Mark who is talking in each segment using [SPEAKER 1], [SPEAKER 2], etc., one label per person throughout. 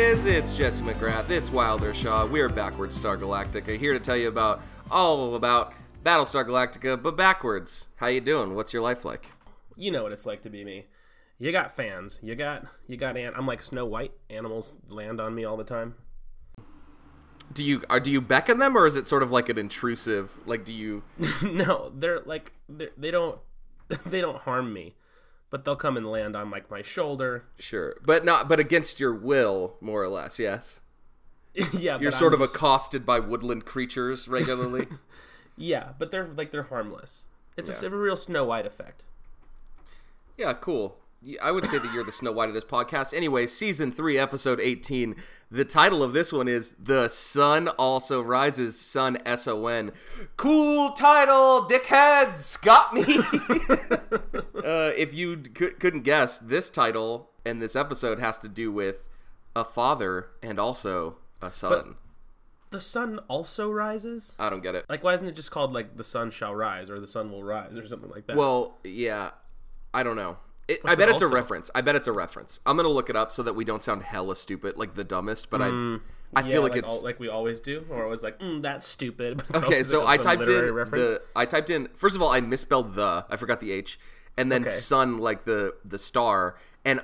[SPEAKER 1] Jesse McGrath. It's Wilder Shaw. We're backwards Star Galactica here to tell you about all about Battlestar Galactica, but backwards. How you doing? What's your life like?
[SPEAKER 2] you know what it's like to be me. You got fans. You got you got an I'm like Snow White. Animals land on me all the time.
[SPEAKER 1] Do you are do you beckon them, or is it sort of like an intrusive? Like, do you?
[SPEAKER 2] no, they're like they're, they don't they don't harm me, but they'll come and land on like my shoulder.
[SPEAKER 1] Sure, but not but against your will, more or less. Yes,
[SPEAKER 2] yeah,
[SPEAKER 1] you're
[SPEAKER 2] but
[SPEAKER 1] sort
[SPEAKER 2] I'm
[SPEAKER 1] of
[SPEAKER 2] just-
[SPEAKER 1] accosted by woodland creatures regularly.
[SPEAKER 2] yeah, but they're like they're harmless. It's a, s- a real Snow White effect.
[SPEAKER 1] Yeah, cool. Y- I would say that you're the Snow White of this podcast. Anyway, season three, episode 18. The title of this one is The Sun Also Rises, Sun S O N. Cool title, dickheads! Got me! uh, if you d- cou- couldn't guess, this title and this episode has to do with a father and also a son.
[SPEAKER 2] The sun also rises.
[SPEAKER 1] I don't get it.
[SPEAKER 2] Like why isn't it just called like the sun shall rise or the sun will rise or something like that?
[SPEAKER 1] Well, yeah, I don't know. It, I
[SPEAKER 2] with
[SPEAKER 1] bet it's a
[SPEAKER 2] also?
[SPEAKER 1] reference. I bet it's a reference. I'm gonna look it up so that we don't sound hella stupid, like the dumbest. But I, I
[SPEAKER 2] Hmm. yeah,
[SPEAKER 1] feel like,
[SPEAKER 2] like,
[SPEAKER 1] it's
[SPEAKER 2] all, like we always do, or it was like mm, that's stupid. but it's
[SPEAKER 1] okay.
[SPEAKER 2] always,
[SPEAKER 1] So
[SPEAKER 2] like,
[SPEAKER 1] I
[SPEAKER 2] some
[SPEAKER 1] typed
[SPEAKER 2] literary
[SPEAKER 1] in
[SPEAKER 2] reference.
[SPEAKER 1] the. I typed in first of all. I misspelled the. I forgot the H, and then
[SPEAKER 2] Okay. Mm-hmm.
[SPEAKER 1] sun like the the star, and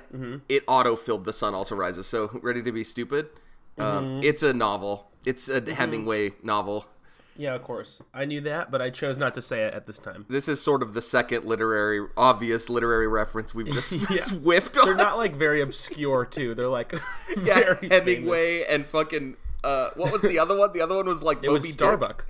[SPEAKER 1] it auto filled the sun also rises. So ready to be stupid. Um,
[SPEAKER 2] Mm-hmm.
[SPEAKER 1] it's a novel. It's a Hemingway novel.
[SPEAKER 2] Yeah, of course. I knew that, but I chose not to say it at this time.
[SPEAKER 1] This is sort of the second literary, obvious literary reference we've just whiffed on.
[SPEAKER 2] They're not like very obscure too. They're like
[SPEAKER 1] yeah,
[SPEAKER 2] very famous.
[SPEAKER 1] Hemingway and fucking uh, what was the other one? The other one was like
[SPEAKER 2] It was Starbuck.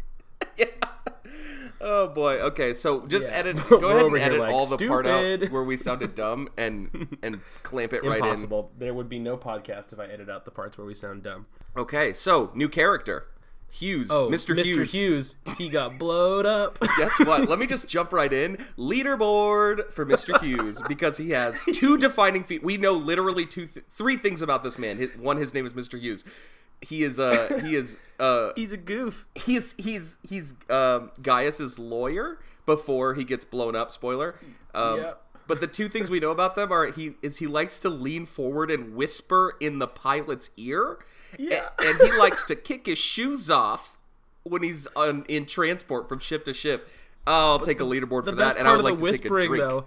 [SPEAKER 1] Oh boy. Okay, so just
[SPEAKER 2] Yeah.
[SPEAKER 1] edit.
[SPEAKER 2] We're
[SPEAKER 1] Go ahead and
[SPEAKER 2] over here
[SPEAKER 1] edit
[SPEAKER 2] like,
[SPEAKER 1] all the part out
[SPEAKER 2] "Stupid."
[SPEAKER 1] where we sounded dumb and and clamp it right in.
[SPEAKER 2] Impossible. There would be no podcast if I edit out the parts where we sound dumb.
[SPEAKER 1] Okay, so new character, Hughes,
[SPEAKER 2] Oh,
[SPEAKER 1] Mr. Oh, Hughes.
[SPEAKER 2] he got blowed up.
[SPEAKER 1] Guess what? Let me just jump right in. Leaderboard for Mr. Hughes because he has two defining feet. We know literally two, th- three things about this man. His, one, his name is Mr. Hughes. He is uh he is uh
[SPEAKER 2] He's a goof.
[SPEAKER 1] he's he's he's um, Gaius's lawyer before he gets blown up. Spoiler. Um,
[SPEAKER 2] Yep.
[SPEAKER 1] But the two things we know about them are he is he likes to lean forward and whisper in the pilot's ear, a-
[SPEAKER 2] Yeah.
[SPEAKER 1] and he likes to kick his shoes off when he's on, in transport from ship to ship. I'll take a leaderboard
[SPEAKER 2] The
[SPEAKER 1] for
[SPEAKER 2] best
[SPEAKER 1] that, and I
[SPEAKER 2] part
[SPEAKER 1] would
[SPEAKER 2] of
[SPEAKER 1] like
[SPEAKER 2] the
[SPEAKER 1] to take a
[SPEAKER 2] whispering
[SPEAKER 1] drink.
[SPEAKER 2] though.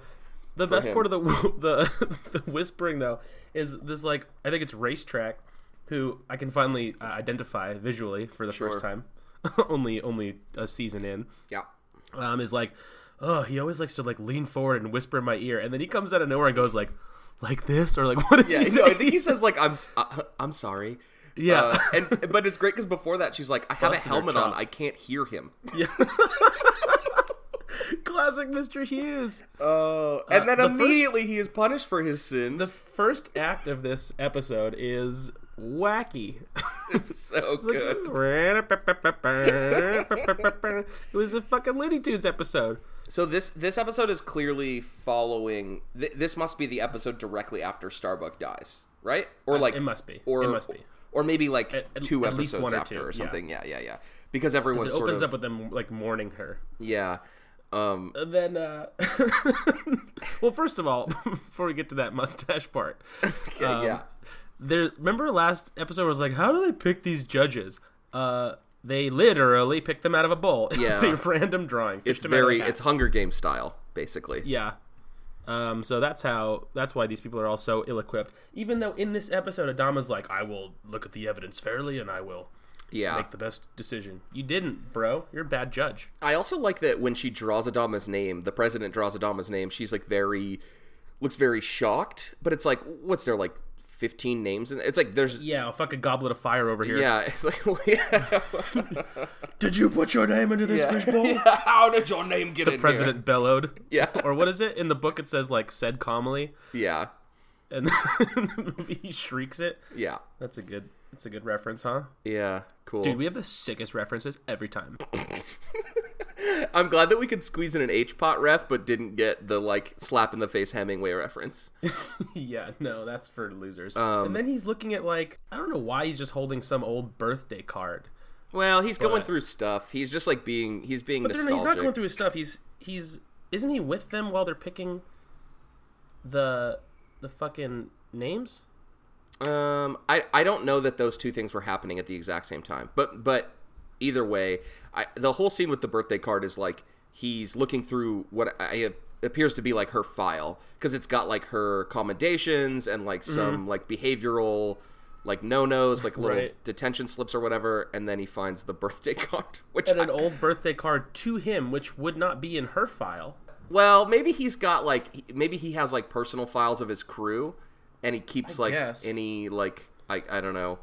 [SPEAKER 2] The best
[SPEAKER 1] him.
[SPEAKER 2] part of the the the whispering though is this like I think it's racetrack who I can finally uh, identify visually for the
[SPEAKER 1] Sure.
[SPEAKER 2] first time. only only a season in.
[SPEAKER 1] Yeah.
[SPEAKER 2] um, is like, oh, he always likes to like lean forward and whisper in my ear, and then he comes out of nowhere and goes like, like this or like what is
[SPEAKER 1] Yeah,
[SPEAKER 2] he
[SPEAKER 1] no, I
[SPEAKER 2] saying?
[SPEAKER 1] think he says like I'm s- uh, I'm sorry.
[SPEAKER 2] Yeah.
[SPEAKER 1] Uh, and but it's great because before that she's like I have
[SPEAKER 2] Busted
[SPEAKER 1] a
[SPEAKER 2] her
[SPEAKER 1] helmet on,
[SPEAKER 2] chops.
[SPEAKER 1] I can't hear him.
[SPEAKER 2] Yeah. Classic Mr. Hughes.
[SPEAKER 1] Oh, and then
[SPEAKER 2] the first-
[SPEAKER 1] immediately he is punished for his sins.
[SPEAKER 2] The first act of this episode is wacky.
[SPEAKER 1] it's so good.
[SPEAKER 2] it was a fucking Looney Tunes episode.
[SPEAKER 1] So this this episode is clearly following. Th- this must be the episode directly after Starbuck dies, right? Or like
[SPEAKER 2] Uh, it must be.
[SPEAKER 1] Or
[SPEAKER 2] It must be.
[SPEAKER 1] Or maybe like
[SPEAKER 2] at-
[SPEAKER 1] two
[SPEAKER 2] at
[SPEAKER 1] episodes
[SPEAKER 2] least one or
[SPEAKER 1] after
[SPEAKER 2] two,
[SPEAKER 1] or
[SPEAKER 2] yeah.
[SPEAKER 1] something. Yeah, yeah, yeah. Because everyone's
[SPEAKER 2] It
[SPEAKER 1] sort
[SPEAKER 2] opens
[SPEAKER 1] of
[SPEAKER 2] up with them like mourning her.
[SPEAKER 1] yeah. Um,
[SPEAKER 2] And then, uh, well, first of all, before we get to that mustache part, um,
[SPEAKER 1] yeah.
[SPEAKER 2] there remember last episode was like how do they pick these judges uh they literally pick them out of a bowl it's
[SPEAKER 1] Yeah.
[SPEAKER 2] a random drawing
[SPEAKER 1] It's very it's Hunger Game style, basically.
[SPEAKER 2] yeah um so that's how that's why these people are all so ill-equipped even though in this episode adama's like i will look at the evidence fairly and i will
[SPEAKER 1] Yeah.
[SPEAKER 2] make the best decision you didn't bro you're a bad judge
[SPEAKER 1] I also like that when she draws Adama's name, the president draws Adama's name, she's like very looks very shocked, but it's like what's there like 15 names and it's like there's yeah,
[SPEAKER 2] yeah I'll fuck a goblet of fire over here
[SPEAKER 1] it's like yeah.
[SPEAKER 2] did you put your name into this fishbowl
[SPEAKER 1] How did your name get in
[SPEAKER 2] president bellowed
[SPEAKER 1] Yeah.
[SPEAKER 2] or what is it in the book it says like said calmly
[SPEAKER 1] here? Yeah.
[SPEAKER 2] and then in the movie he shrieks it
[SPEAKER 1] Yeah.
[SPEAKER 2] That's a good. That's a good reference, huh?
[SPEAKER 1] Yeah. Cool.
[SPEAKER 2] Dude, we have the sickest references every time.
[SPEAKER 1] I'm glad that we could squeeze in an H pot ref but didn't get the like slap in the face Hemingway reference.
[SPEAKER 2] yeah, no, that's for losers.
[SPEAKER 1] Um,
[SPEAKER 2] and then he's looking at like I don't know why he's just holding some old birthday card.
[SPEAKER 1] Well, he's going
[SPEAKER 2] But-
[SPEAKER 1] through stuff. He's just like being he's being
[SPEAKER 2] But
[SPEAKER 1] nostalgic.
[SPEAKER 2] he's not going through his stuff. He's he's isn't he with them while they're picking the the fucking names?
[SPEAKER 1] Um, I, I don't know that those two things were happening at the exact same time, but but either way, I, the whole scene with the birthday card is like he's looking through what I, appears to be like her file because it's got like her commendations and
[SPEAKER 2] Mm-hmm.
[SPEAKER 1] like some like behavioral like no nos like little
[SPEAKER 2] Right.
[SPEAKER 1] detention slips or whatever, and then he finds the birthday card, which
[SPEAKER 2] And
[SPEAKER 1] I,
[SPEAKER 2] an old birthday card to him, which would not be in her file.
[SPEAKER 1] well maybe he's got like he- maybe he has like personal files of his crew, and he keeps like
[SPEAKER 2] guess.
[SPEAKER 1] any like I I don't know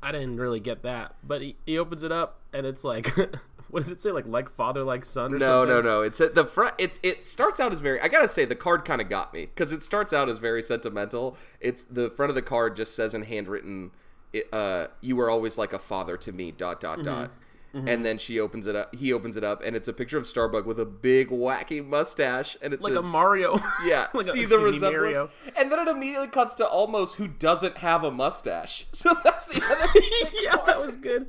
[SPEAKER 2] I didn't really get that, but he, he opens it up and it's like, what does it say? Like like father, like son, or
[SPEAKER 1] No,
[SPEAKER 2] something.
[SPEAKER 1] no, no. It's at the front. It's it starts out as very. I gotta say, the card kind of got me because it starts out as very sentimental. It's the front of the card just says in handwritten, it, uh, "You were always like a father to me." Dot dot
[SPEAKER 2] Mm-hmm.
[SPEAKER 1] dot. And then she opens it up. He opens it up, and it's a picture of Starbuck with a big wacky mustache, and it's
[SPEAKER 2] Like a Mario.
[SPEAKER 1] Yeah,
[SPEAKER 2] like a,
[SPEAKER 1] see the
[SPEAKER 2] excuse me,
[SPEAKER 1] resemblance. And then it immediately cuts to almost who doesn't have a mustache. So that's the other. sick
[SPEAKER 2] yeah,
[SPEAKER 1] part.
[SPEAKER 2] that was good.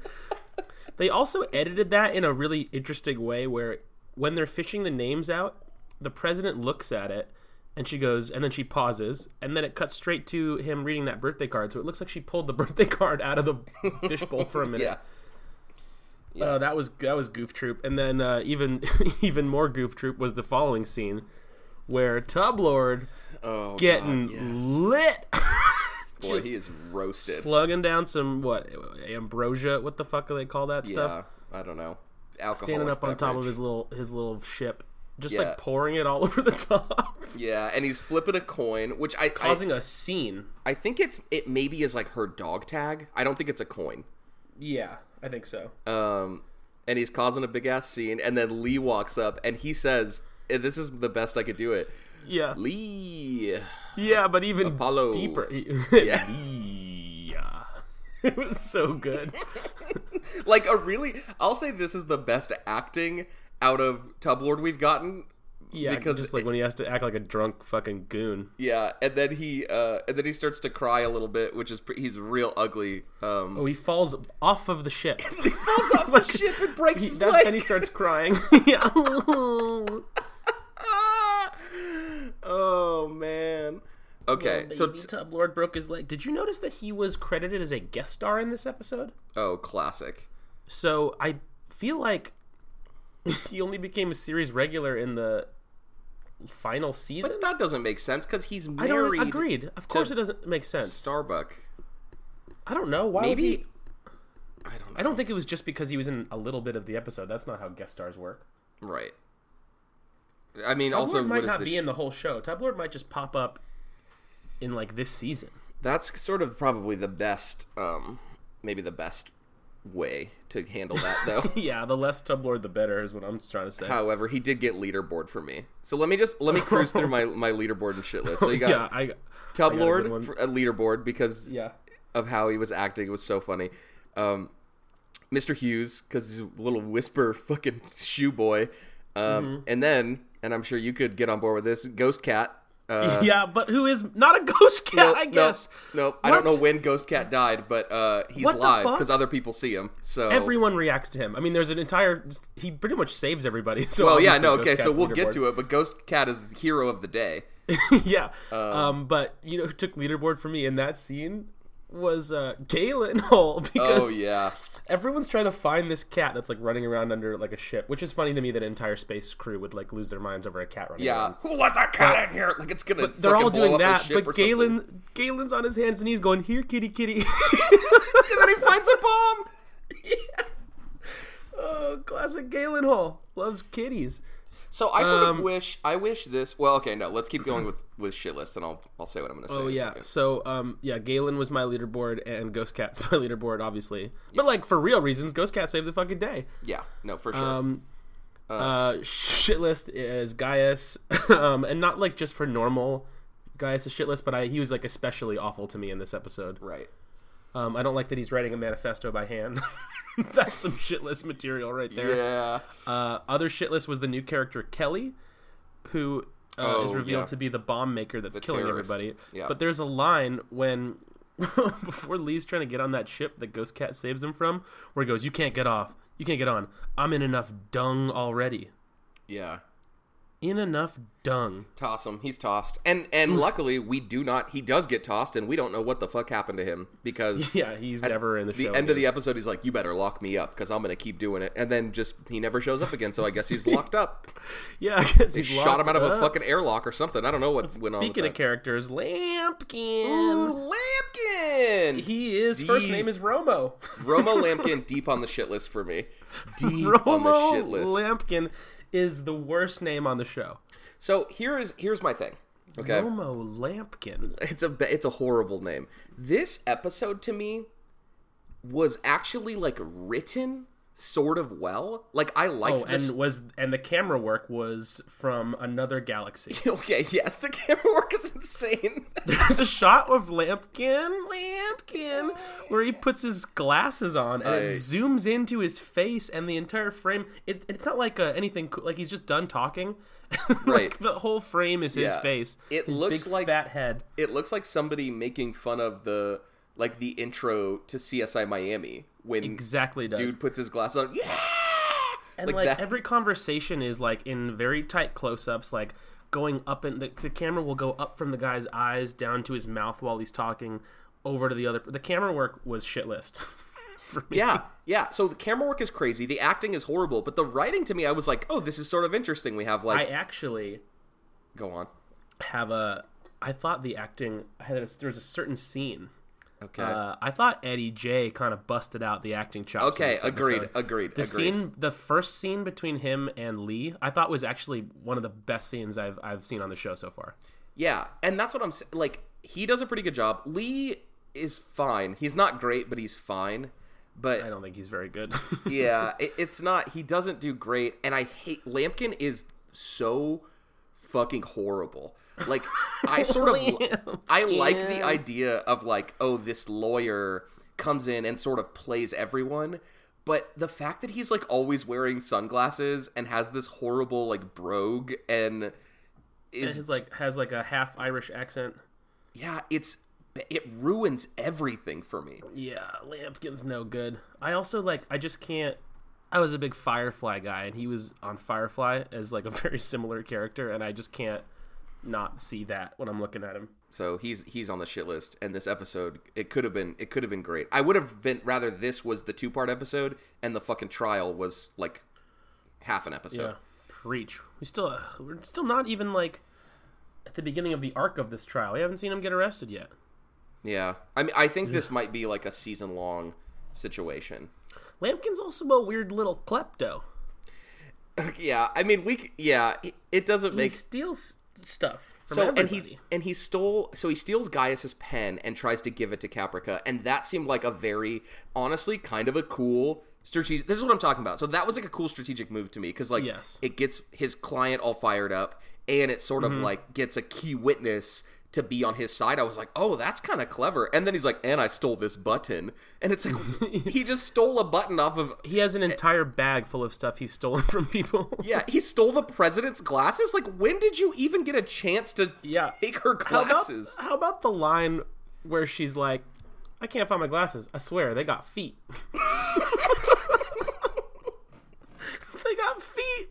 [SPEAKER 2] They also edited that in a really interesting way where when they're fishing the names out, the president looks at it and she goes and then she pauses and then it cuts straight to him reading that birthday card. So it looks like she pulled the birthday card out of the fishbowl for a minute.
[SPEAKER 1] Yeah.
[SPEAKER 2] Oh,
[SPEAKER 1] Yes.
[SPEAKER 2] that was that was Goof Troop, and then uh, even even more Goof Troop was the following scene, where Tub Lord
[SPEAKER 1] Oh,
[SPEAKER 2] getting
[SPEAKER 1] God,
[SPEAKER 2] lit,
[SPEAKER 1] boy,
[SPEAKER 2] just
[SPEAKER 1] he is roasted.
[SPEAKER 2] slugging down some what ambrosia? What the fuck do they call that stuff?
[SPEAKER 1] Yeah, I don't know. Alcohol.
[SPEAKER 2] Standing up on top of his little his little ship, just
[SPEAKER 1] Yeah.
[SPEAKER 2] like pouring it all over the top,
[SPEAKER 1] Yeah, and he's flipping a coin, which I I,
[SPEAKER 2] causing a scene.
[SPEAKER 1] I think it's it maybe is like her dog tag. I don't think it's a coin.
[SPEAKER 2] Yeah, I think so.
[SPEAKER 1] Um, and he's causing a big ass scene, and then Lee walks up and he says, and "This is the best I could do it."
[SPEAKER 2] yeah,
[SPEAKER 1] Lee.
[SPEAKER 2] yeah, but even
[SPEAKER 1] Apollo.
[SPEAKER 2] deeper.
[SPEAKER 1] Yeah.
[SPEAKER 2] yeah. It was so good.
[SPEAKER 1] like a really i'll say this is the best acting out of tub lord we've gotten
[SPEAKER 2] Yeah,
[SPEAKER 1] because
[SPEAKER 2] because just like when he has to act like a drunk fucking goon.
[SPEAKER 1] yeah and then he uh and then he starts to cry a little bit which is pre- he's real ugly um
[SPEAKER 2] Oh, he falls off of the ship.
[SPEAKER 1] he falls off the ship and breaks
[SPEAKER 2] He-
[SPEAKER 1] his
[SPEAKER 2] that's
[SPEAKER 1] leg
[SPEAKER 2] when he starts crying. yeah.
[SPEAKER 1] Ah! oh man okay so
[SPEAKER 2] so
[SPEAKER 1] t-
[SPEAKER 2] Tub Lord broke his leg. Did you notice that he was credited as a guest star in this episode?
[SPEAKER 1] oh classic
[SPEAKER 2] So I feel like he only became a series regular in the final season.
[SPEAKER 1] but that doesn't make sense because he's
[SPEAKER 2] I don't
[SPEAKER 1] married
[SPEAKER 2] agreed. Of course, it doesn't make sense.
[SPEAKER 1] starbuck
[SPEAKER 2] I don't know why. was
[SPEAKER 1] maybe
[SPEAKER 2] he-
[SPEAKER 1] i don't know
[SPEAKER 2] I don't think it was just because he was in a little bit of the episode. That's not how guest stars work.
[SPEAKER 1] right i mean
[SPEAKER 2] Tub
[SPEAKER 1] also
[SPEAKER 2] Lord
[SPEAKER 1] what
[SPEAKER 2] might
[SPEAKER 1] is
[SPEAKER 2] not
[SPEAKER 1] the
[SPEAKER 2] be in the whole show. Tub Lord might just pop up in like this season.
[SPEAKER 1] that's sort of probably the best um maybe the best way to handle that though
[SPEAKER 2] Yeah, the less Tub Lord, the better is what I'm trying to say.
[SPEAKER 1] however he did get leaderboard for me so let me just let me cruise through my my leaderboard and shit list so you got
[SPEAKER 2] yeah, I
[SPEAKER 1] tub
[SPEAKER 2] I got a
[SPEAKER 1] lord
[SPEAKER 2] good one.
[SPEAKER 1] for a leaderboard because
[SPEAKER 2] yeah.
[SPEAKER 1] of how he was acting it was so funny um mr hughes because he's a little whisper fucking shoe boy um
[SPEAKER 2] Mm-hmm.
[SPEAKER 1] and then and i'm sure you could get on board with this ghost cat uh
[SPEAKER 2] yeah, but who is not a ghost
[SPEAKER 1] no,
[SPEAKER 2] cat? I
[SPEAKER 1] no,
[SPEAKER 2] guess
[SPEAKER 1] No, I don't
[SPEAKER 2] What?
[SPEAKER 1] know when Ghost Cat died, but uh, he's
[SPEAKER 2] What the
[SPEAKER 1] live
[SPEAKER 2] fuck?
[SPEAKER 1] because other people see him. So
[SPEAKER 2] everyone reacts to him. I mean, there's an entire he pretty much saves everybody. So
[SPEAKER 1] well, yeah, no, okay. So we'll get to it, but Ghost Cat is the hero of the day.
[SPEAKER 2] yeah,
[SPEAKER 1] Uh,
[SPEAKER 2] um, but you know who took leaderboard for me in that scene was uh, Galen Hall because
[SPEAKER 1] Oh yeah,
[SPEAKER 2] everyone's trying to find this cat that's like running around under like a ship, which is funny to me that an entire space crew would like lose their minds over a cat running
[SPEAKER 1] yeah.
[SPEAKER 2] around.
[SPEAKER 1] Who let that cat in here? Like it's gonna.
[SPEAKER 2] They're
[SPEAKER 1] fucking blow
[SPEAKER 2] all doing
[SPEAKER 1] up a
[SPEAKER 2] that,
[SPEAKER 1] ship or
[SPEAKER 2] but
[SPEAKER 1] something.
[SPEAKER 2] Galen Galen's on his hands and he's going, "Here, kitty, kitty."
[SPEAKER 1] and then he finds a bomb.
[SPEAKER 2] oh, classic Galen Hall loves kitties.
[SPEAKER 1] So I sort of
[SPEAKER 2] Um,
[SPEAKER 1] wish. I wish this. Well, okay, no. Let's keep going with with shit list, and I'll I'll say what I'm gonna say.
[SPEAKER 2] Oh
[SPEAKER 1] in a
[SPEAKER 2] yeah,
[SPEAKER 1] second.
[SPEAKER 2] so um, yeah, Galen was my leaderboard and Ghost Cat's my leaderboard, obviously. But like for real reasons, Ghost Cat saved the fucking day.
[SPEAKER 1] yeah. No, for sure.
[SPEAKER 2] Um, uh, shit list is Gaius, um, and not like just for normal Gaius is shit list, but I he was like especially awful to me in this episode.
[SPEAKER 1] right.
[SPEAKER 2] Um, I don't like that he's writing a manifesto by hand. That's some shit list material right there.
[SPEAKER 1] Yeah.
[SPEAKER 2] Uh, other shit list was the new character Kelly, who uh,
[SPEAKER 1] Oh,
[SPEAKER 2] is revealed
[SPEAKER 1] yeah.
[SPEAKER 2] to be the bomb maker that's killing
[SPEAKER 1] terrorist.
[SPEAKER 2] everybody.
[SPEAKER 1] Yeah.
[SPEAKER 2] But there's a line when before Lee's trying to get on that ship that Ghost Cat saves him from, where he goes, "You can't get off. You can't get on. I'm in enough dung already."
[SPEAKER 1] Yeah.
[SPEAKER 2] in enough dung.
[SPEAKER 1] Toss him. He's tossed. And and luckily we do not. He does get tossed, and we don't know what the fuck happened to him because
[SPEAKER 2] Yeah, he's
[SPEAKER 1] at
[SPEAKER 2] never in the,
[SPEAKER 1] the
[SPEAKER 2] show.
[SPEAKER 1] end of the episode he's like, "You better lock me up because I'm gonna keep doing it." And then just he never shows up again. So I guess he's locked up.
[SPEAKER 2] yeah, I guess
[SPEAKER 1] They
[SPEAKER 2] he's
[SPEAKER 1] shot him
[SPEAKER 2] locked
[SPEAKER 1] out of a
[SPEAKER 2] up.
[SPEAKER 1] fucking airlock or something. I don't know what went on.
[SPEAKER 2] Speaking of
[SPEAKER 1] with that.
[SPEAKER 2] characters, Lampkin.
[SPEAKER 1] Ooh, Lampkin.
[SPEAKER 2] He is
[SPEAKER 1] The-
[SPEAKER 2] first name is Romo.
[SPEAKER 1] Romo Lampkin deep on the shit list for me. Deep on the
[SPEAKER 2] Romo
[SPEAKER 1] shit list.
[SPEAKER 2] Lampkin is the worst name on the show.
[SPEAKER 1] so here is here's my thing. Okay.
[SPEAKER 2] Romo Lampkin.
[SPEAKER 1] It's a it's a horrible name. This episode to me was actually like written sort of well. Like I liked
[SPEAKER 2] Oh,
[SPEAKER 1] this.
[SPEAKER 2] and was and the camera work was from another galaxy.
[SPEAKER 1] okay, yes, the camera work is insane.
[SPEAKER 2] There's a shot of Lampkin, Lampkin, where he puts his glasses on and
[SPEAKER 1] I-
[SPEAKER 2] it zooms into his face and the entire frame. It, it's not like uh, anything cool. Like he's just done talking. Like,
[SPEAKER 1] Right.
[SPEAKER 2] the whole frame is his
[SPEAKER 1] Yeah.
[SPEAKER 2] face.
[SPEAKER 1] It
[SPEAKER 2] his
[SPEAKER 1] looks
[SPEAKER 2] big,
[SPEAKER 1] like-
[SPEAKER 2] fat head.
[SPEAKER 1] it looks like somebody making fun of the like the intro to CSI Miami when
[SPEAKER 2] Exactly does.
[SPEAKER 1] dude puts his glass on. Yeah.
[SPEAKER 2] and like,
[SPEAKER 1] that.
[SPEAKER 2] every conversation is like in very tight close-ups like going up and the, the camera will go up from the guy's eyes down to his mouth while he's talking over to the other the camera work was shit list for me
[SPEAKER 1] Yeah, yeah. So the camera work is crazy. The acting is horrible, but the writing to me, I was like, oh, this is sort of interesting. We have
[SPEAKER 2] i
[SPEAKER 1] like,
[SPEAKER 2] actually
[SPEAKER 1] go on.
[SPEAKER 2] have a i thought the acting i had a, there was a certain scene
[SPEAKER 1] Okay.
[SPEAKER 2] uh, i thought eddie j kind of busted out the acting chops in
[SPEAKER 1] Okay,
[SPEAKER 2] this
[SPEAKER 1] agreed,
[SPEAKER 2] episode.
[SPEAKER 1] agreed,
[SPEAKER 2] the
[SPEAKER 1] agreed.
[SPEAKER 2] scene the first scene between him and lee i thought was actually one of the best scenes i've, I've seen on the show so far
[SPEAKER 1] yeah, and that's what I'm s- like. He does a pretty good job. Lee is fine. He's not great, but he's fine. But
[SPEAKER 2] i don't think he's very good
[SPEAKER 1] yeah, it, it's not. He doesn't do great, and I hate Lampkin is so fucking horrible. Like I sort of I like the idea of like oh this lawyer comes in and sort of plays everyone, but the fact that he's like always wearing sunglasses and has this horrible like brogue and
[SPEAKER 2] And
[SPEAKER 1] is
[SPEAKER 2] he's like has like a half Irish accent.
[SPEAKER 1] yeah it's it ruins everything for me.
[SPEAKER 2] Yeah, Lampkin's no good. I also like I just can't. I was a big Firefly guy, and he was on Firefly as like a very similar character, and I just can't not see that when I'm looking at him.
[SPEAKER 1] So he's he's on the shit list, and this episode it could have been it could have been great. I would have been rather this was the two part episode, and the fucking trial was like half an
[SPEAKER 2] Yeah,
[SPEAKER 1] episode.
[SPEAKER 2] preach. We still uh, we're still not even like at the beginning of the arc of this trial. We haven't seen him get arrested yet.
[SPEAKER 1] Yeah, I mean I think this might be like a season long situation.
[SPEAKER 2] Lampkin's also a weird little klepto.
[SPEAKER 1] yeah, I mean we c- yeah it, it doesn't
[SPEAKER 2] He
[SPEAKER 1] make
[SPEAKER 2] steals stuff. From
[SPEAKER 1] so
[SPEAKER 2] everybody.
[SPEAKER 1] and he and he stole so he steals Gaius's pen and tries to give it to Caprica, and that seemed like a very honestly kind of a cool strategic. This is what I'm talking about. So that was like a cool strategic move to me because like
[SPEAKER 2] Yes.
[SPEAKER 1] it gets his client all fired up, and it sort
[SPEAKER 2] Mm-hmm.
[SPEAKER 1] of like gets a key witness to be on his side. I was like, oh, that's kind of clever. And then he's like, and I stole this button, and it's like he just stole a button off of.
[SPEAKER 2] he has an entire bag full of stuff he's stolen from people.
[SPEAKER 1] Yeah, he stole the president's glasses. Like, when did you even get a chance to
[SPEAKER 2] Yeah.
[SPEAKER 1] take her
[SPEAKER 2] How about-
[SPEAKER 1] glasses?
[SPEAKER 2] How about, the line where she's like, I can't find my glasses. I swear, they got feet. they got feet.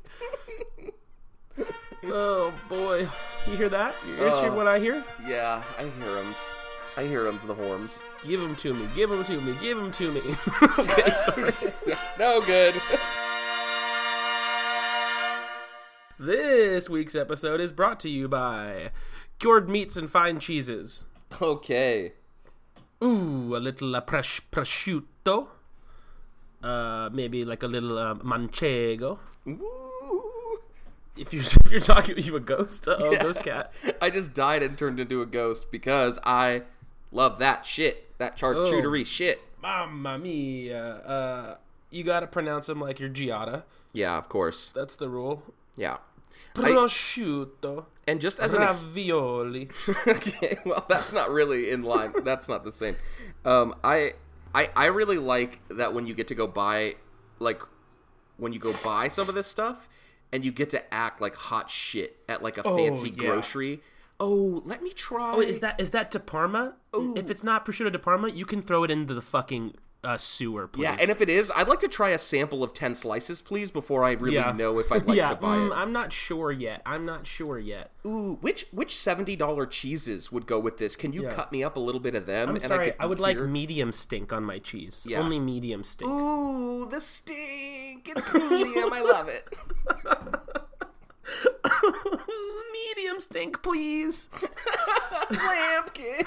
[SPEAKER 2] Oh boy. You hear that? You guys hear
[SPEAKER 1] Oh.
[SPEAKER 2] what I hear?
[SPEAKER 1] Yeah, I hear 'em's. I hear 'em's the horns.
[SPEAKER 2] Give them to me. Give them to me. Give them to me. okay, sorry.
[SPEAKER 1] No good.
[SPEAKER 2] This week's episode is brought to you by Cured Meats and Fine Cheeses.
[SPEAKER 1] okay.
[SPEAKER 2] Ooh, a little uh, pros- prosciutto. Uh, maybe like a little uh, manchego.
[SPEAKER 1] Woo.
[SPEAKER 2] If you if you're talking, you a ghost? Uh oh, ghost cat.
[SPEAKER 1] I just died and turned into a ghost because I love that shit. That charcuterie shit.
[SPEAKER 2] Mamma mia! Uh, you gotta pronounce them like your Giada.
[SPEAKER 1] Yeah, of course.
[SPEAKER 2] That's the rule.
[SPEAKER 1] Yeah. I,
[SPEAKER 2] Prosciutto,
[SPEAKER 1] and just as an ex-
[SPEAKER 2] ravioli.
[SPEAKER 1] okay, well, that's not really in line. That's not the same. Um, I, I, I really like that when you get to go buy, like, when you go buy some of this stuff, and you get to act like hot shit at like a fancy
[SPEAKER 2] Oh, yeah.
[SPEAKER 1] grocery. Oh, let me try.
[SPEAKER 2] Wait, is that is that to Parma? If it's not prosciutto to Parma, you can throw it into the fucking uh, sewer, please.
[SPEAKER 1] Yeah, and if it is, I'd like to try a sample of ten slices, please, before I really
[SPEAKER 2] Yeah.
[SPEAKER 1] know if I'd like
[SPEAKER 2] yeah,
[SPEAKER 1] to buy
[SPEAKER 2] mm,
[SPEAKER 1] it.
[SPEAKER 2] I'm not sure yet. I'm not sure yet.
[SPEAKER 1] Ooh, which which seventy dollar cheeses would go with this? Can you
[SPEAKER 2] Yeah.
[SPEAKER 1] cut me up a little bit of them?
[SPEAKER 2] I'm sorry. I, would like
[SPEAKER 1] compare?
[SPEAKER 2] medium stink on my cheese.
[SPEAKER 1] Yeah.
[SPEAKER 2] Only medium stink.
[SPEAKER 1] Ooh, the stink! It's medium. I love it.
[SPEAKER 2] medium stink, please.
[SPEAKER 1] Lampkin.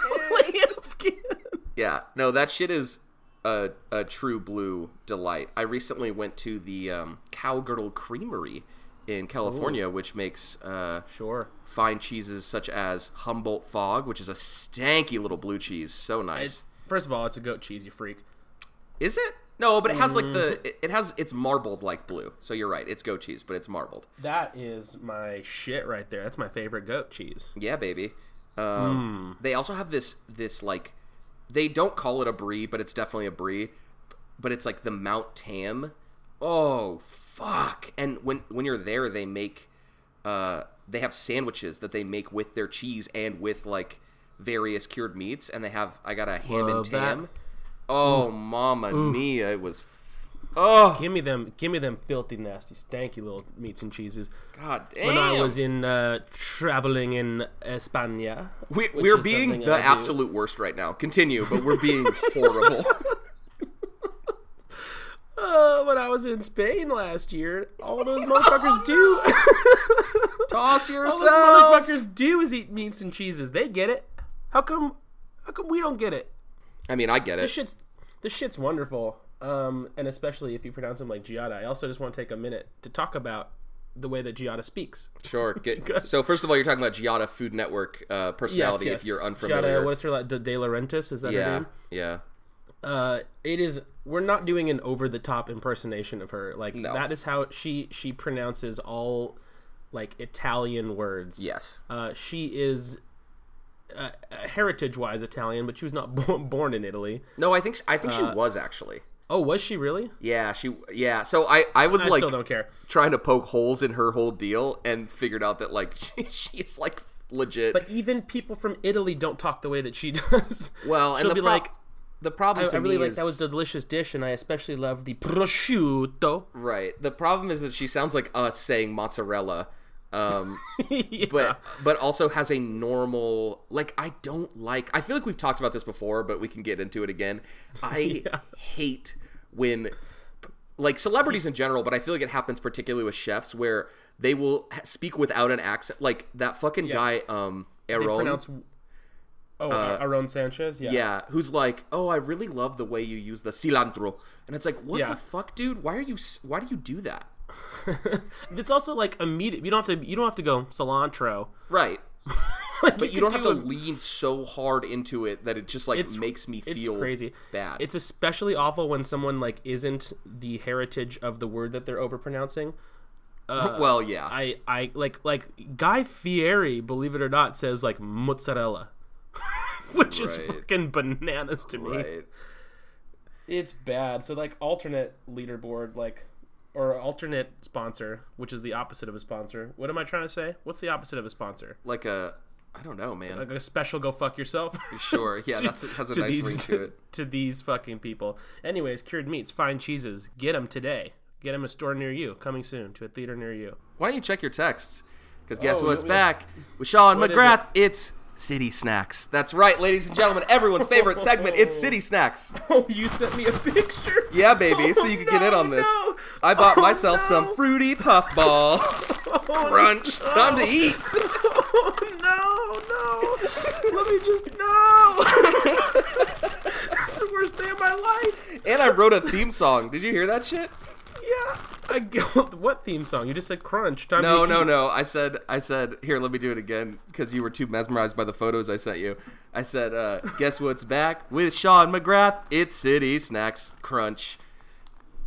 [SPEAKER 1] Yeah, no, that shit is a a true blue delight. I recently went to the um, Cowgirdle Creamery in California, which makes uh,
[SPEAKER 2] sure.
[SPEAKER 1] fine cheeses such as Humboldt Fog, which is a stanky little blue cheese. So nice.
[SPEAKER 2] First of all, it's a goat cheese, you freak.
[SPEAKER 1] Is it? No, but it has like the it- it has it's marbled like blue. So you're right. It's goat cheese, but it's marbled.
[SPEAKER 2] That is my shit right there. That's my favorite goat cheese.
[SPEAKER 1] Yeah, baby. Um,
[SPEAKER 2] Hmm.
[SPEAKER 1] They also have this this like they don't call it a brie, but it's definitely a brie. But it's like the Mount Tam. Oh fuck! And when when you're there, they make uh they have sandwiches that they make with their cheese and with like various cured meats, and they have I got a ham
[SPEAKER 2] Whoa,
[SPEAKER 1] and tam.
[SPEAKER 2] that-
[SPEAKER 1] Oh mama mia, it was. F- oh
[SPEAKER 2] Give me them. Give me them filthy, nasty, stanky little meats and cheeses.
[SPEAKER 1] god damn!
[SPEAKER 2] When I was in uh, traveling in España,
[SPEAKER 1] we,
[SPEAKER 2] which
[SPEAKER 1] we're
[SPEAKER 2] is
[SPEAKER 1] being
[SPEAKER 2] something
[SPEAKER 1] the
[SPEAKER 2] I do.
[SPEAKER 1] absolute worst right now. Continue, but we're being horrible.
[SPEAKER 2] Uh, when I was in Spain last year, all those motherfuckers do.
[SPEAKER 1] Toss
[SPEAKER 2] all
[SPEAKER 1] yourself.
[SPEAKER 2] those motherfuckers do is eat meats and cheeses. They get it. How come? How come we don't get it?
[SPEAKER 1] I mean, I get
[SPEAKER 2] This
[SPEAKER 1] it.
[SPEAKER 2] shit's this shit's wonderful. Um, and especially if you pronounce them like Giada. I also just want to take a minute to talk about the way that Giada speaks.
[SPEAKER 1] Sure. Get, so first of all, you're talking about Giada Food Network uh, personality. If you're unfamiliar,
[SPEAKER 2] Giada, what's her like? De, De Laurentiis is that her
[SPEAKER 1] yeah,
[SPEAKER 2] name?
[SPEAKER 1] yeah.
[SPEAKER 2] uh, it is we're not doing an over the top impersonation of her like that is how she she pronounces all like italian words
[SPEAKER 1] Yes.
[SPEAKER 2] uh, she is uh, heritage wise italian but she was not bo- born in italy
[SPEAKER 1] No, I think sh I think
[SPEAKER 2] uh,
[SPEAKER 1] she was actually.
[SPEAKER 2] oh was she really
[SPEAKER 1] Yeah, she. Yeah. So I I was
[SPEAKER 2] i
[SPEAKER 1] like
[SPEAKER 2] still don't care
[SPEAKER 1] trying to poke holes in her whole deal and figured out that like she, she's like legit.
[SPEAKER 2] but e, even people from italy don't talk the way that she does
[SPEAKER 1] well, and
[SPEAKER 2] she'll
[SPEAKER 1] the
[SPEAKER 2] be
[SPEAKER 1] prob-
[SPEAKER 2] like
[SPEAKER 1] the problem
[SPEAKER 2] I,
[SPEAKER 1] to
[SPEAKER 2] I really
[SPEAKER 1] me
[SPEAKER 2] like
[SPEAKER 1] is
[SPEAKER 2] that was a delicious dish and i especially love the prosciutto
[SPEAKER 1] right. The problem is that she sounds like us saying mozzarella. Um,
[SPEAKER 2] Yeah.
[SPEAKER 1] but but also has a normal like I don't like I feel like we've talked about this before but we can get into it again. I hate when like celebrities in general but I feel like it happens particularly with chefs where they will ha- speak without an accent like that fucking guy um
[SPEAKER 2] they
[SPEAKER 1] Aaron
[SPEAKER 2] pronounce oh uh, Aaron sanchez
[SPEAKER 1] yeah, who's like, "Oh, I really love the way you use the cilantro." And it's like, "What
[SPEAKER 2] Yeah.
[SPEAKER 1] the fuck, dude? Why are you s- why do you do that?"
[SPEAKER 2] It's also like immediate. You don't have to. You don't have to go cilantro.
[SPEAKER 1] Right.
[SPEAKER 2] Like,
[SPEAKER 1] But you,
[SPEAKER 2] can
[SPEAKER 1] don't have
[SPEAKER 2] do
[SPEAKER 1] to
[SPEAKER 2] a-
[SPEAKER 1] lean so hard into it that it just like
[SPEAKER 2] It's-
[SPEAKER 1] makes me
[SPEAKER 2] It's
[SPEAKER 1] feel
[SPEAKER 2] crazy.
[SPEAKER 1] bad.
[SPEAKER 2] It's especially awful when someone like isn't the heritage of the word that they're overpronouncing.
[SPEAKER 1] Uh, well, yeah.
[SPEAKER 2] uh, I I like like Guy Fieri, believe it or not, says like mozzarella, which is
[SPEAKER 1] Right.
[SPEAKER 2] fucking bananas to me.
[SPEAKER 1] right.
[SPEAKER 2] It's bad. So like alternate leaderboard, like or alternate sponsor, which is the opposite of a sponsor. What am I trying to say? What's the opposite of a sponsor?
[SPEAKER 1] Like a, I don't know, man.
[SPEAKER 2] Like a special go fuck yourself.
[SPEAKER 1] sure. Yeah, that's has a nice ring to it.
[SPEAKER 2] to these fucking people. Anyways, cured meats, fine cheeses, get them today. Get them a store near you. Coming soon to a theater near you.
[SPEAKER 1] Why don't you check your texts? Because guess
[SPEAKER 2] Oh, you
[SPEAKER 1] what's
[SPEAKER 2] want me to-
[SPEAKER 1] back with Sean
[SPEAKER 2] is
[SPEAKER 1] McGrath? It's City Snacks. That's right, ladies and gentlemen. Everyone's favorite segment. It's City Snacks.
[SPEAKER 2] Oh, you sent me a picture.
[SPEAKER 1] Yeah, baby. so you can get in
[SPEAKER 2] no,
[SPEAKER 1] on this.
[SPEAKER 2] Oh, no.
[SPEAKER 1] I bought
[SPEAKER 2] Oh,
[SPEAKER 1] myself some
[SPEAKER 2] no.
[SPEAKER 1] fruity puff balls. Crunch. Time to eat.
[SPEAKER 2] Oh no, no. Let me just no. That's the worst day of my life.
[SPEAKER 1] And I wrote a theme song. Did you hear that shit?
[SPEAKER 2] Yeah. I go, what theme song? You just said crunch. Time
[SPEAKER 1] No,
[SPEAKER 2] to
[SPEAKER 1] no,
[SPEAKER 2] eat.
[SPEAKER 1] no. I said, I said, here, let me do it again because you were too mesmerized by the photos I sent you. I said, uh, guess what's back with Sean McGrath? It's City Snacks Crunch.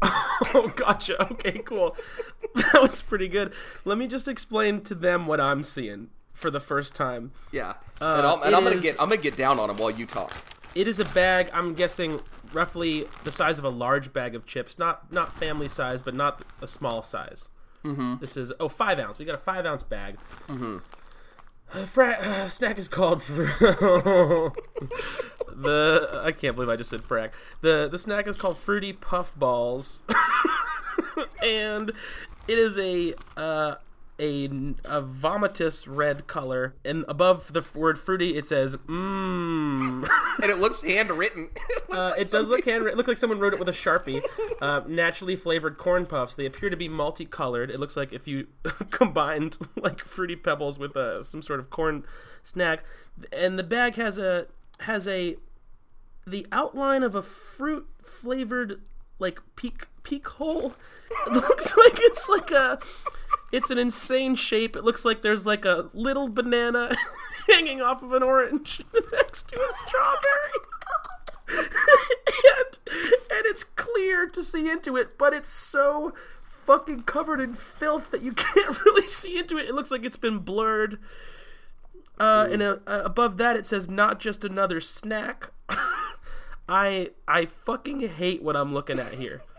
[SPEAKER 2] Oh, gotcha. Okay, cool. that was pretty good. Let me just explain to them what I'm seeing for the first time.
[SPEAKER 1] Yeah, and, I'm, and
[SPEAKER 2] Uh, it
[SPEAKER 1] I'm gonna
[SPEAKER 2] is-
[SPEAKER 1] get, I'm gonna get down on him while you talk.
[SPEAKER 2] It is a bag. I'm guessing roughly the size of a large bag of chips. Not not family size, but not a small size. Mm-hmm. This is oh five ounce. We got a five ounce bag. Mm-hmm. Uh, fra- uh, snack is called. fr- the I can't believe I just said frack. The the snack is called fruity puff balls, and it is a uh, a a vomitous red color. And above the f- word fruity, it says mmm.
[SPEAKER 1] and it looks handwritten. it, looks
[SPEAKER 2] Uh,
[SPEAKER 1] like
[SPEAKER 2] it does
[SPEAKER 1] somebody-
[SPEAKER 2] look handwritten. It looks like someone wrote it with a sharpie. Uh, naturally flavored corn puffs. They appear to be multicolored. It looks like if you combined like fruity pebbles with uh, some sort of corn snack, and the bag has a has a the outline of a fruit flavored like peak peak hole. It looks like it's like a it's an insane shape. It looks like there's like a little banana hanging off of an orange next to a strawberry. and, and it's clear to see into it, but it's so fucking covered in filth that you can't really see into it. It looks like it's been blurred. Uh, and uh, uh, above that, it says not just another snack. I I fucking hate what I'm looking at here.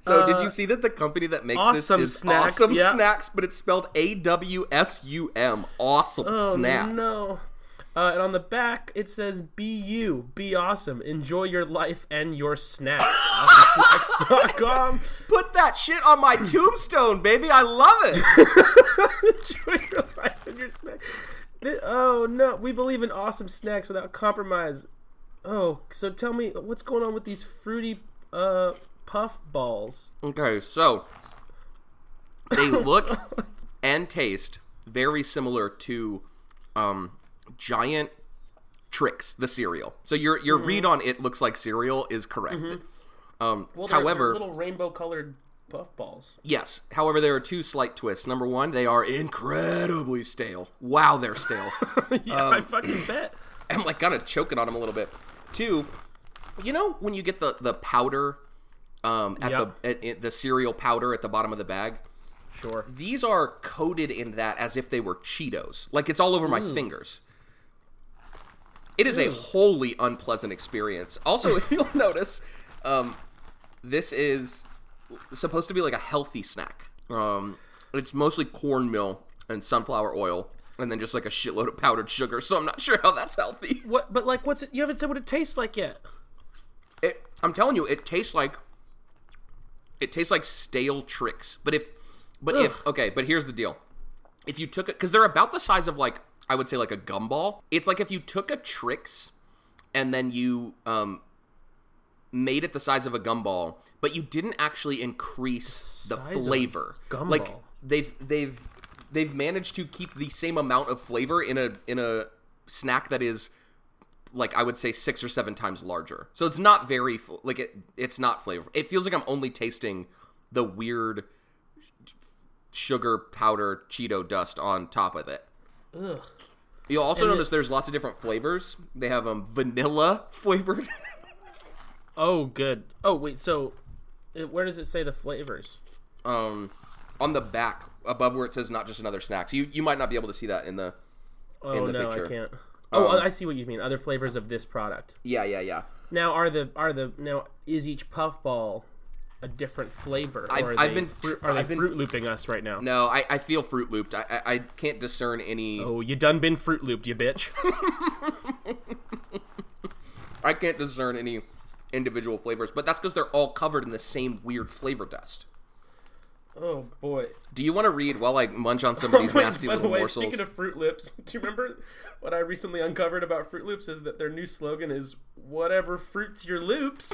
[SPEAKER 1] So did you see that the company that makes
[SPEAKER 2] Uh, Awesome
[SPEAKER 1] this is
[SPEAKER 2] Snacks,
[SPEAKER 1] Awesome
[SPEAKER 2] yeah.
[SPEAKER 1] Snacks, but it's spelled A W S U M. Awesome
[SPEAKER 2] Oh,
[SPEAKER 1] Snacks.
[SPEAKER 2] No. Uh, and on the back it says "Be you, be awesome, enjoy your life and your snacks." AwesomeSnacks.com.
[SPEAKER 1] Put that shit on my tombstone, baby. I love it.
[SPEAKER 2] enjoy your life and your snacks. Th- Oh no, we believe in awesome snacks without compromise. Oh, so tell me what's going on with these fruity uh, puff balls?
[SPEAKER 1] okay, so they look and taste very similar to um, giant tricks, the cereal. So your your
[SPEAKER 2] Mm-hmm.
[SPEAKER 1] read on it looks like cereal is correct. Um,
[SPEAKER 2] They're- they're
[SPEAKER 1] however,
[SPEAKER 2] little rainbow-colored puff balls.
[SPEAKER 1] Yes. However, there are two slight twists. Number one, they are incredibly stale. Wow, they're stale.
[SPEAKER 2] yeah, I fucking bet.
[SPEAKER 1] I'm like kind of choking on them a little bit. Two, you know when you get the the powder, um, at
[SPEAKER 2] Yep.
[SPEAKER 1] the at, at the cereal powder at the bottom of the bag.
[SPEAKER 2] Sure.
[SPEAKER 1] These are coated in that as if they were Cheetos. Like it's all over my fingers. It is a wholly unpleasant experience. Also, if you'll notice, um, this is supposed to be like a healthy snack. Um, it's mostly cornmeal and sunflower oil, and then just like a shitload of powdered sugar. So I'm not sure how that's healthy.
[SPEAKER 2] What? But like, what's it? You haven't said what it tastes like yet.
[SPEAKER 1] It, I'm telling you, it tastes like it tastes like stale tricks. But if, but if
[SPEAKER 2] Ugh.
[SPEAKER 1] okay, but here's the deal: if you took it, because they're about the size of like I would say like a gumball. It's like if you took a tricks and then you um made it the size of a gumball, but you didn't actually increase the
[SPEAKER 2] Size of a
[SPEAKER 1] flavor. Like
[SPEAKER 2] gumball.
[SPEAKER 1] they've they've they've managed to keep the same amount of flavor in a in a snack that is like I would say six or seven times larger. So it's not very fl- like it. It's not flavor. It feels like I'm only tasting the weird sugar powder Cheeto dust on top of it.
[SPEAKER 2] Ugh.
[SPEAKER 1] You'll also
[SPEAKER 2] And it-
[SPEAKER 1] notice there's lots of different flavors. They have um vanilla flavored.
[SPEAKER 2] Oh, good. Oh, wait. So, it, where does it say the flavors?
[SPEAKER 1] um, on the back above where it says not just another snack. So you you might not be able to see that in the
[SPEAKER 2] Oh
[SPEAKER 1] the
[SPEAKER 2] no,
[SPEAKER 1] picture.
[SPEAKER 2] I can't. Oh,
[SPEAKER 1] Um,
[SPEAKER 2] I see what you mean. Other flavors of this product.
[SPEAKER 1] yeah yeah yeah.
[SPEAKER 2] Now, are the are the now is each puffball a different flavor?
[SPEAKER 1] I've-
[SPEAKER 2] or are
[SPEAKER 1] I've
[SPEAKER 2] they
[SPEAKER 1] been-
[SPEAKER 2] fruit, are they
[SPEAKER 1] I've been-
[SPEAKER 2] fruit looping us right now?
[SPEAKER 1] No, I, I feel Fruit Looped. I, I I can't discern any.
[SPEAKER 2] Oh, you done been fruit looped, you bitch.
[SPEAKER 1] I can't discern any individual flavors, but that's because they're all covered in the same weird flavor dust.
[SPEAKER 2] oh boy.
[SPEAKER 1] Do you want to read while I munch on some of these nasty
[SPEAKER 2] By the
[SPEAKER 1] little
[SPEAKER 2] way,
[SPEAKER 1] morsels?
[SPEAKER 2] speaking of Fruit Loops, do you remember what I recently uncovered about Fruit Loops? Is that their new slogan is "Whatever fruits your loops."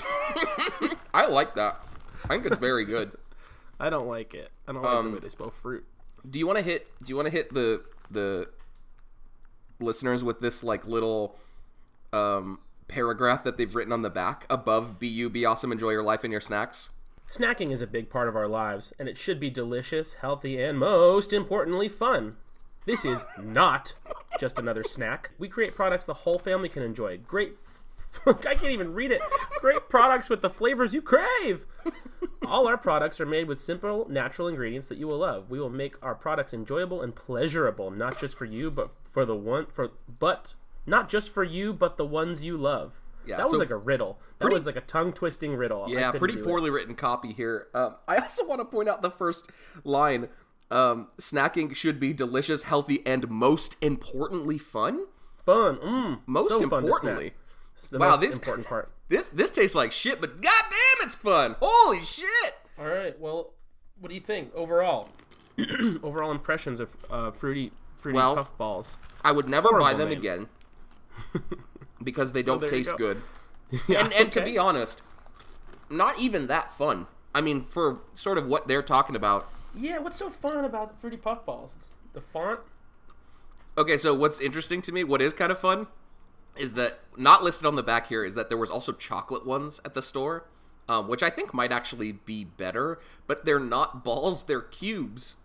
[SPEAKER 1] I like that. I think it's very good.
[SPEAKER 2] I don't like it. I don't
[SPEAKER 1] Um,
[SPEAKER 2] like the way they spell fruit.
[SPEAKER 1] Do you want to hit? Do you want to hit the the listeners with this like little um, paragraph that they've written on the back above? Be you, be awesome, enjoy your life and your snacks.
[SPEAKER 2] Snacking is a big part of our lives, and it should be delicious, healthy, and most importantly, fun. This is not just another snack. We create products the whole family can enjoy. Great. F- I can't even read it. Great products with the flavors you crave. All our products are made with simple, natural ingredients that you will love. We will make our products enjoyable and pleasurable, not just for you, but for the one for but not just for you, but the ones you love.
[SPEAKER 1] Yeah,
[SPEAKER 2] that was
[SPEAKER 1] so-
[SPEAKER 2] like a riddle. That was like a tongue twisting riddle. I
[SPEAKER 1] Yeah,
[SPEAKER 2] couldn't
[SPEAKER 1] pretty
[SPEAKER 2] do it.
[SPEAKER 1] poorly written copy here. Um, I also want to point out the first line: um, snacking should be delicious, healthy, and most importantly, fun.
[SPEAKER 2] Fun. Mm,
[SPEAKER 1] Most
[SPEAKER 2] so fun to snack.
[SPEAKER 1] importantly,
[SPEAKER 2] It's the
[SPEAKER 1] Wow,
[SPEAKER 2] most
[SPEAKER 1] this-
[SPEAKER 2] important part.
[SPEAKER 1] This this tastes like shit, but goddamn, it's fun. Holy shit!
[SPEAKER 2] All right. Well, what do you think overall? overall impressions of uh, fruity fruity
[SPEAKER 1] Well-
[SPEAKER 2] puff balls.
[SPEAKER 1] I would never buy
[SPEAKER 2] Horrible
[SPEAKER 1] them
[SPEAKER 2] name.
[SPEAKER 1] again because they don't
[SPEAKER 2] there you
[SPEAKER 1] taste
[SPEAKER 2] go.
[SPEAKER 1] good.
[SPEAKER 2] Yeah,
[SPEAKER 1] and and to
[SPEAKER 2] okay.
[SPEAKER 1] be honest, not even that fun. I mean, for sort of what they're talking about.
[SPEAKER 2] yeah, what's so fun about fruity puff balls? The font.
[SPEAKER 1] Okay, so what's interesting to me, what is kind of fun, is that not listed on the back here is that there was also chocolate ones at the store, um, which I think might actually be better, but they're not balls, they're cubes.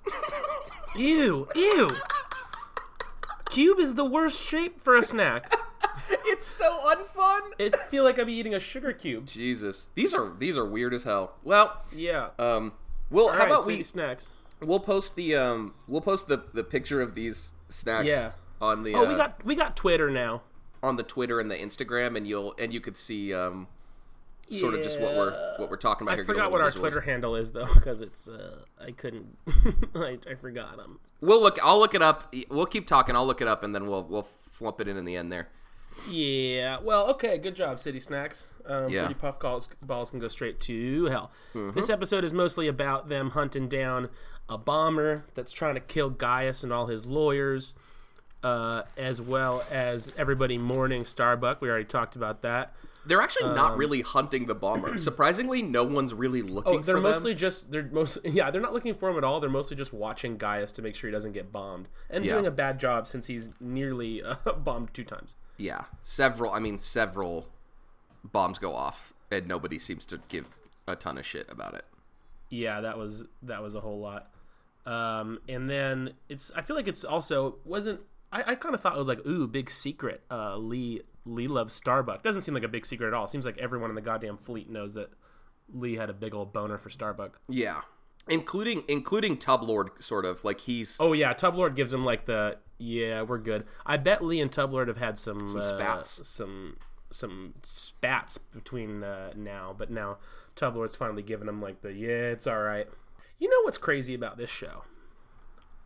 [SPEAKER 2] Ew, ew. Cube is the worst shape for a snack.
[SPEAKER 1] it's so unfun.
[SPEAKER 2] It feel like I'd be eating a sugar cube.
[SPEAKER 1] Jesus, these are these are weird as hell. Well,
[SPEAKER 2] Yeah.
[SPEAKER 1] um, well,
[SPEAKER 2] All
[SPEAKER 1] how
[SPEAKER 2] right,
[SPEAKER 1] about
[SPEAKER 2] city
[SPEAKER 1] we
[SPEAKER 2] snacks?
[SPEAKER 1] we'll post the um we'll post the the picture of these snacks
[SPEAKER 2] Yeah.
[SPEAKER 1] on the
[SPEAKER 2] Oh, we
[SPEAKER 1] uh,
[SPEAKER 2] got we got Twitter now.
[SPEAKER 1] on the Twitter and the Instagram, and you'll and you could see um sort of just what we're what we're talking about
[SPEAKER 2] I
[SPEAKER 1] here.
[SPEAKER 2] forgot
[SPEAKER 1] Get a little
[SPEAKER 2] what our
[SPEAKER 1] visual.
[SPEAKER 2] Twitter handle is though, because it's uh, I couldn't, I, I forgot them.
[SPEAKER 1] We'll look. I'll look it up. We'll keep talking. I'll look it up, and then we'll we'll flump it in in the end there.
[SPEAKER 2] Yeah. Well, okay. Good job, City Snacks. Um,
[SPEAKER 1] Yeah. Mm-hmm.
[SPEAKER 2] Fruity Puff calls, balls can go straight to hell. This episode is mostly about them hunting down a bomber that's trying to kill Gaius and all his lawyers, uh, as well as everybody mourning Starbuck. We already talked about that.
[SPEAKER 1] They're actually
[SPEAKER 2] Um,
[SPEAKER 1] not really hunting the bomber. Surprisingly, no one's really looking.
[SPEAKER 2] Oh, They're
[SPEAKER 1] for
[SPEAKER 2] mostly
[SPEAKER 1] Them.
[SPEAKER 2] just they're mostly yeah they're not looking for him at all. They're mostly just watching Gaius to make sure he doesn't get bombed and
[SPEAKER 1] Yeah.
[SPEAKER 2] doing a bad job since he's nearly uh, bombed two times.
[SPEAKER 1] Yeah, several. I mean, several bombs go off, and nobody seems to give a ton of shit about it.
[SPEAKER 2] Yeah, that was that was a whole lot. Um, and then it's I feel like it's also wasn't I, I kind of thought it was like ooh big secret. Uh, Lee Lee loves Starbuck. Doesn't seem like a big secret at all. Seems like everyone in the goddamn fleet knows that Lee had a big old boner for Starbuck.
[SPEAKER 1] Yeah, including including Tub Lord, sort of like he's
[SPEAKER 2] Oh yeah, Tublord gives him like the yeah we're good. I bet Lee and Tublord have had some some
[SPEAKER 1] spats.
[SPEAKER 2] some some spats between uh, now, but now Tublord's finally giving him like the yeah it's all right. You know what's crazy about this show?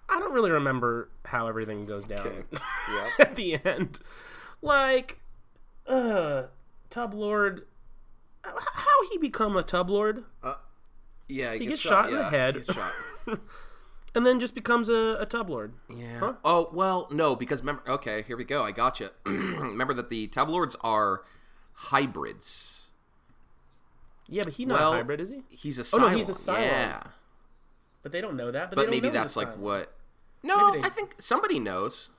[SPEAKER 2] I don't really remember how everything goes down
[SPEAKER 1] yeah.
[SPEAKER 2] at the end. Like, uh, Tublord, h- how he become a Tublord?
[SPEAKER 1] Yeah, he,
[SPEAKER 2] gets shot in the
[SPEAKER 1] yeah,
[SPEAKER 2] head.
[SPEAKER 1] he gets shot.
[SPEAKER 2] and then just becomes a, a Tublord.
[SPEAKER 1] Yeah. Oh well, no, because remember. Okay, here we go. I gotcha. remember that the tabloids are hybrids.
[SPEAKER 2] Yeah, but he not
[SPEAKER 1] Well,
[SPEAKER 2] a hybrid, is he?
[SPEAKER 1] Oh, He's a.
[SPEAKER 2] no, he's a Cylon.
[SPEAKER 1] Yeah,
[SPEAKER 2] But they don't know that. But, they
[SPEAKER 1] but
[SPEAKER 2] don't
[SPEAKER 1] maybe
[SPEAKER 2] know he's a
[SPEAKER 1] that's like
[SPEAKER 2] Cylon.
[SPEAKER 1] what. No,
[SPEAKER 2] Maybe they-
[SPEAKER 1] I think somebody knows.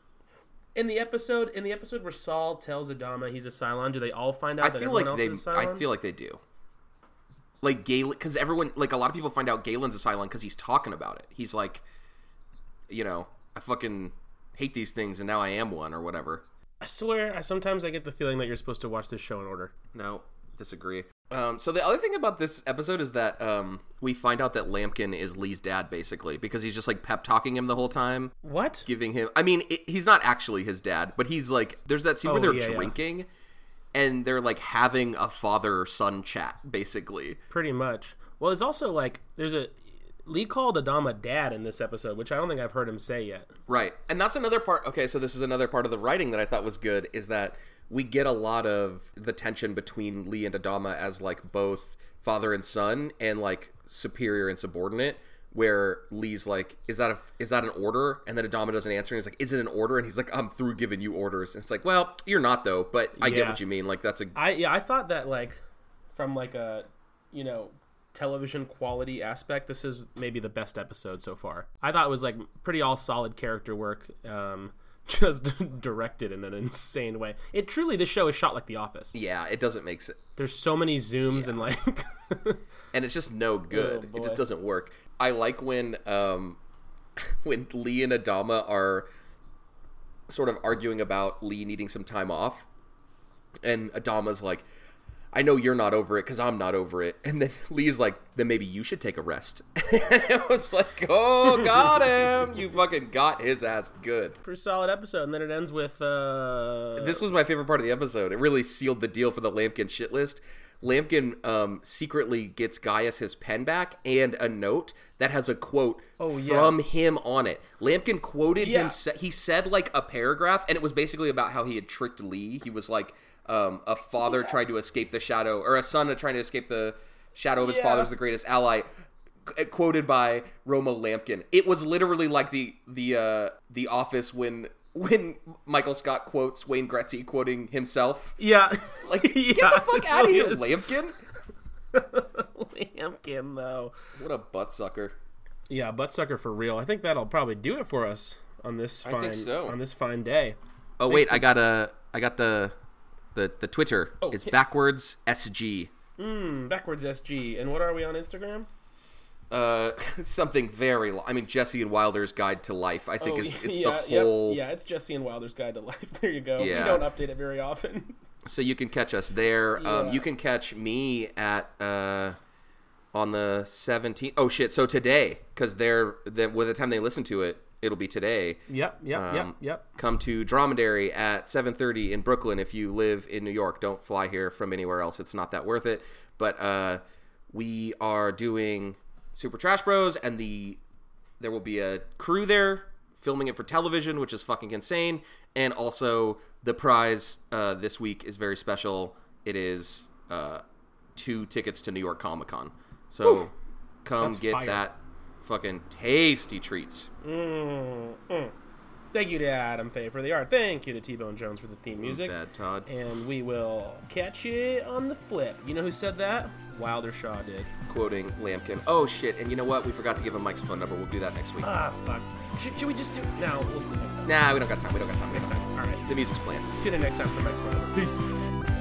[SPEAKER 2] in the episode in the episode where Saul tells Adama he's a Cylon. Do they all find out
[SPEAKER 1] I
[SPEAKER 2] that
[SPEAKER 1] feel
[SPEAKER 2] everyone
[SPEAKER 1] like
[SPEAKER 2] else
[SPEAKER 1] they.
[SPEAKER 2] is a Cylon?
[SPEAKER 1] I feel like they do. Like Galen, because everyone, like a lot of people, find out Galen's a Cylon because he's talking about it. He's like, you know, I fucking hate these things, and now I am one or whatever.
[SPEAKER 2] I swear, I sometimes I get the feeling that you're supposed to watch this show in order.
[SPEAKER 1] No, disagree. Um, so the other thing about this episode is that um, we find out that Lampkin is Lee's dad, basically, because he's just like pep talking him the whole time,
[SPEAKER 2] What?
[SPEAKER 1] giving him. I mean, it, he's not actually his dad, but he's like. There's that scene
[SPEAKER 2] Oh,
[SPEAKER 1] where they're
[SPEAKER 2] yeah, yeah.
[SPEAKER 1] drinking, and they're like having a father son chat, basically.
[SPEAKER 2] Pretty much. Well, it's also like there's a Lee called Adama dad in this episode, which I don't think I've heard him say yet.
[SPEAKER 1] Right. And that's another part. Okay, so this is another part of the writing that I thought was good is that we get a lot of the tension between Lee and Adama as like both father and son and like superior and subordinate where Lee's like is that a is that an order and then Adama doesn't answer and he's like is it an order and he's like I'm through giving you orders and it's like well you're not though but I get
[SPEAKER 2] Yeah.
[SPEAKER 1] what you mean like that's a
[SPEAKER 2] I yeah, I thought that like from like a you know television quality aspect, this is maybe the best episode so far. I thought it was like pretty all solid character work, um, just directed in an insane way. It truly this show is shot like The Office.
[SPEAKER 1] yeah it doesn't make sense
[SPEAKER 2] There's so many zooms and like
[SPEAKER 1] and it's just no good.
[SPEAKER 2] Oh,
[SPEAKER 1] it just
[SPEAKER 2] boy.
[SPEAKER 1] doesn't work. I like when um, when Lee and Adama are sort of arguing about Lee needing some time off, and Adama's like, "I know you're not over it because I'm not over it," and then Lee's like, "Then maybe you should take a rest." and it was like, "Oh, got him! You fucking got his ass good."
[SPEAKER 2] pretty solid episode, and then it ends with uh,
[SPEAKER 1] This was my favorite part of the episode. It really sealed the deal for the Lampkin shit list Lampkin um, secretly gets Gaius his pen back and a note that has a quote
[SPEAKER 2] Oh, yeah.
[SPEAKER 1] from him on it. Lampkin quoted
[SPEAKER 2] Yeah.
[SPEAKER 1] him. se- He said like a paragraph, and it was basically about how he had tricked Lee. He was like um, a father trying to escape the shadow, or a son trying to escape the shadow of his
[SPEAKER 2] Yeah.
[SPEAKER 1] father's the greatest ally. qu- Quoted by Roma Lampkin. It was literally like the the uh, the Office when when Michael Scott quotes Wayne Gretzky quoting himself.
[SPEAKER 2] Yeah.
[SPEAKER 1] Like,
[SPEAKER 2] Yeah,
[SPEAKER 1] get the fuck
[SPEAKER 2] it
[SPEAKER 1] out of
[SPEAKER 2] really
[SPEAKER 1] here,
[SPEAKER 2] is.
[SPEAKER 1] Lampkin.
[SPEAKER 2] Lampkin, though.
[SPEAKER 1] What a butt sucker.
[SPEAKER 2] Yeah, butt sucker for real. I think that'll probably do it for us on this fine
[SPEAKER 1] think so.
[SPEAKER 2] on this fine day.
[SPEAKER 1] Oh wait, I got a, I got the, the the Twitter. it's
[SPEAKER 2] Oh, hit-
[SPEAKER 1] backwards SG.
[SPEAKER 2] Hmm, backwards SG. And what are we on Instagram?
[SPEAKER 1] Uh, something very. Lo- I mean, Jesse and Wilder's Guide to Life. I think is it's the
[SPEAKER 2] yep,
[SPEAKER 1] whole.
[SPEAKER 2] Oh, yeah, it's Jesse and Wilder's Guide to Life. There you go.
[SPEAKER 1] Yeah.
[SPEAKER 2] We don't update it very often.
[SPEAKER 1] So you can catch us there. Um,
[SPEAKER 2] Yeah.
[SPEAKER 1] you can catch me at uh, on the seventeenth. Oh shit! So today, because they're then with the time they listen to it, it'll be today.
[SPEAKER 2] Yep, yep,
[SPEAKER 1] Um, Come to Dromedary at 7:30 in Brooklyn if you live in New York. Don't fly here from anywhere else. It's not that worth it. But uh, we are doing Super Trash Bros, and the there will be a crew there filming it for television, which is fucking insane. And also the prize uh, this week is very special. It is uh, two tickets to New York Comic Con. So come
[SPEAKER 2] That's
[SPEAKER 1] get
[SPEAKER 2] fire.
[SPEAKER 1] that fucking tasty treats.
[SPEAKER 2] Mm, mm. Thank you to Adam Faye for the art. Thank you to T Bone Jones for the theme music.
[SPEAKER 1] Bad Todd.
[SPEAKER 2] And we will catch you on the flip. You know who said that? Wilder Shaw did.
[SPEAKER 1] quoting Lampkin. Oh shit! And you know what? We forgot to give him Mike's phone number. We'll do that next week.
[SPEAKER 2] Ah, fuck. Should, should we just do? No, we'll do it next time.
[SPEAKER 1] Nah, we don't got time. We don't got time. We don't
[SPEAKER 2] Next
[SPEAKER 1] got time.
[SPEAKER 2] time. All right.
[SPEAKER 1] The music's playing.
[SPEAKER 2] Tune in next time for Mike's Whatever. Peace.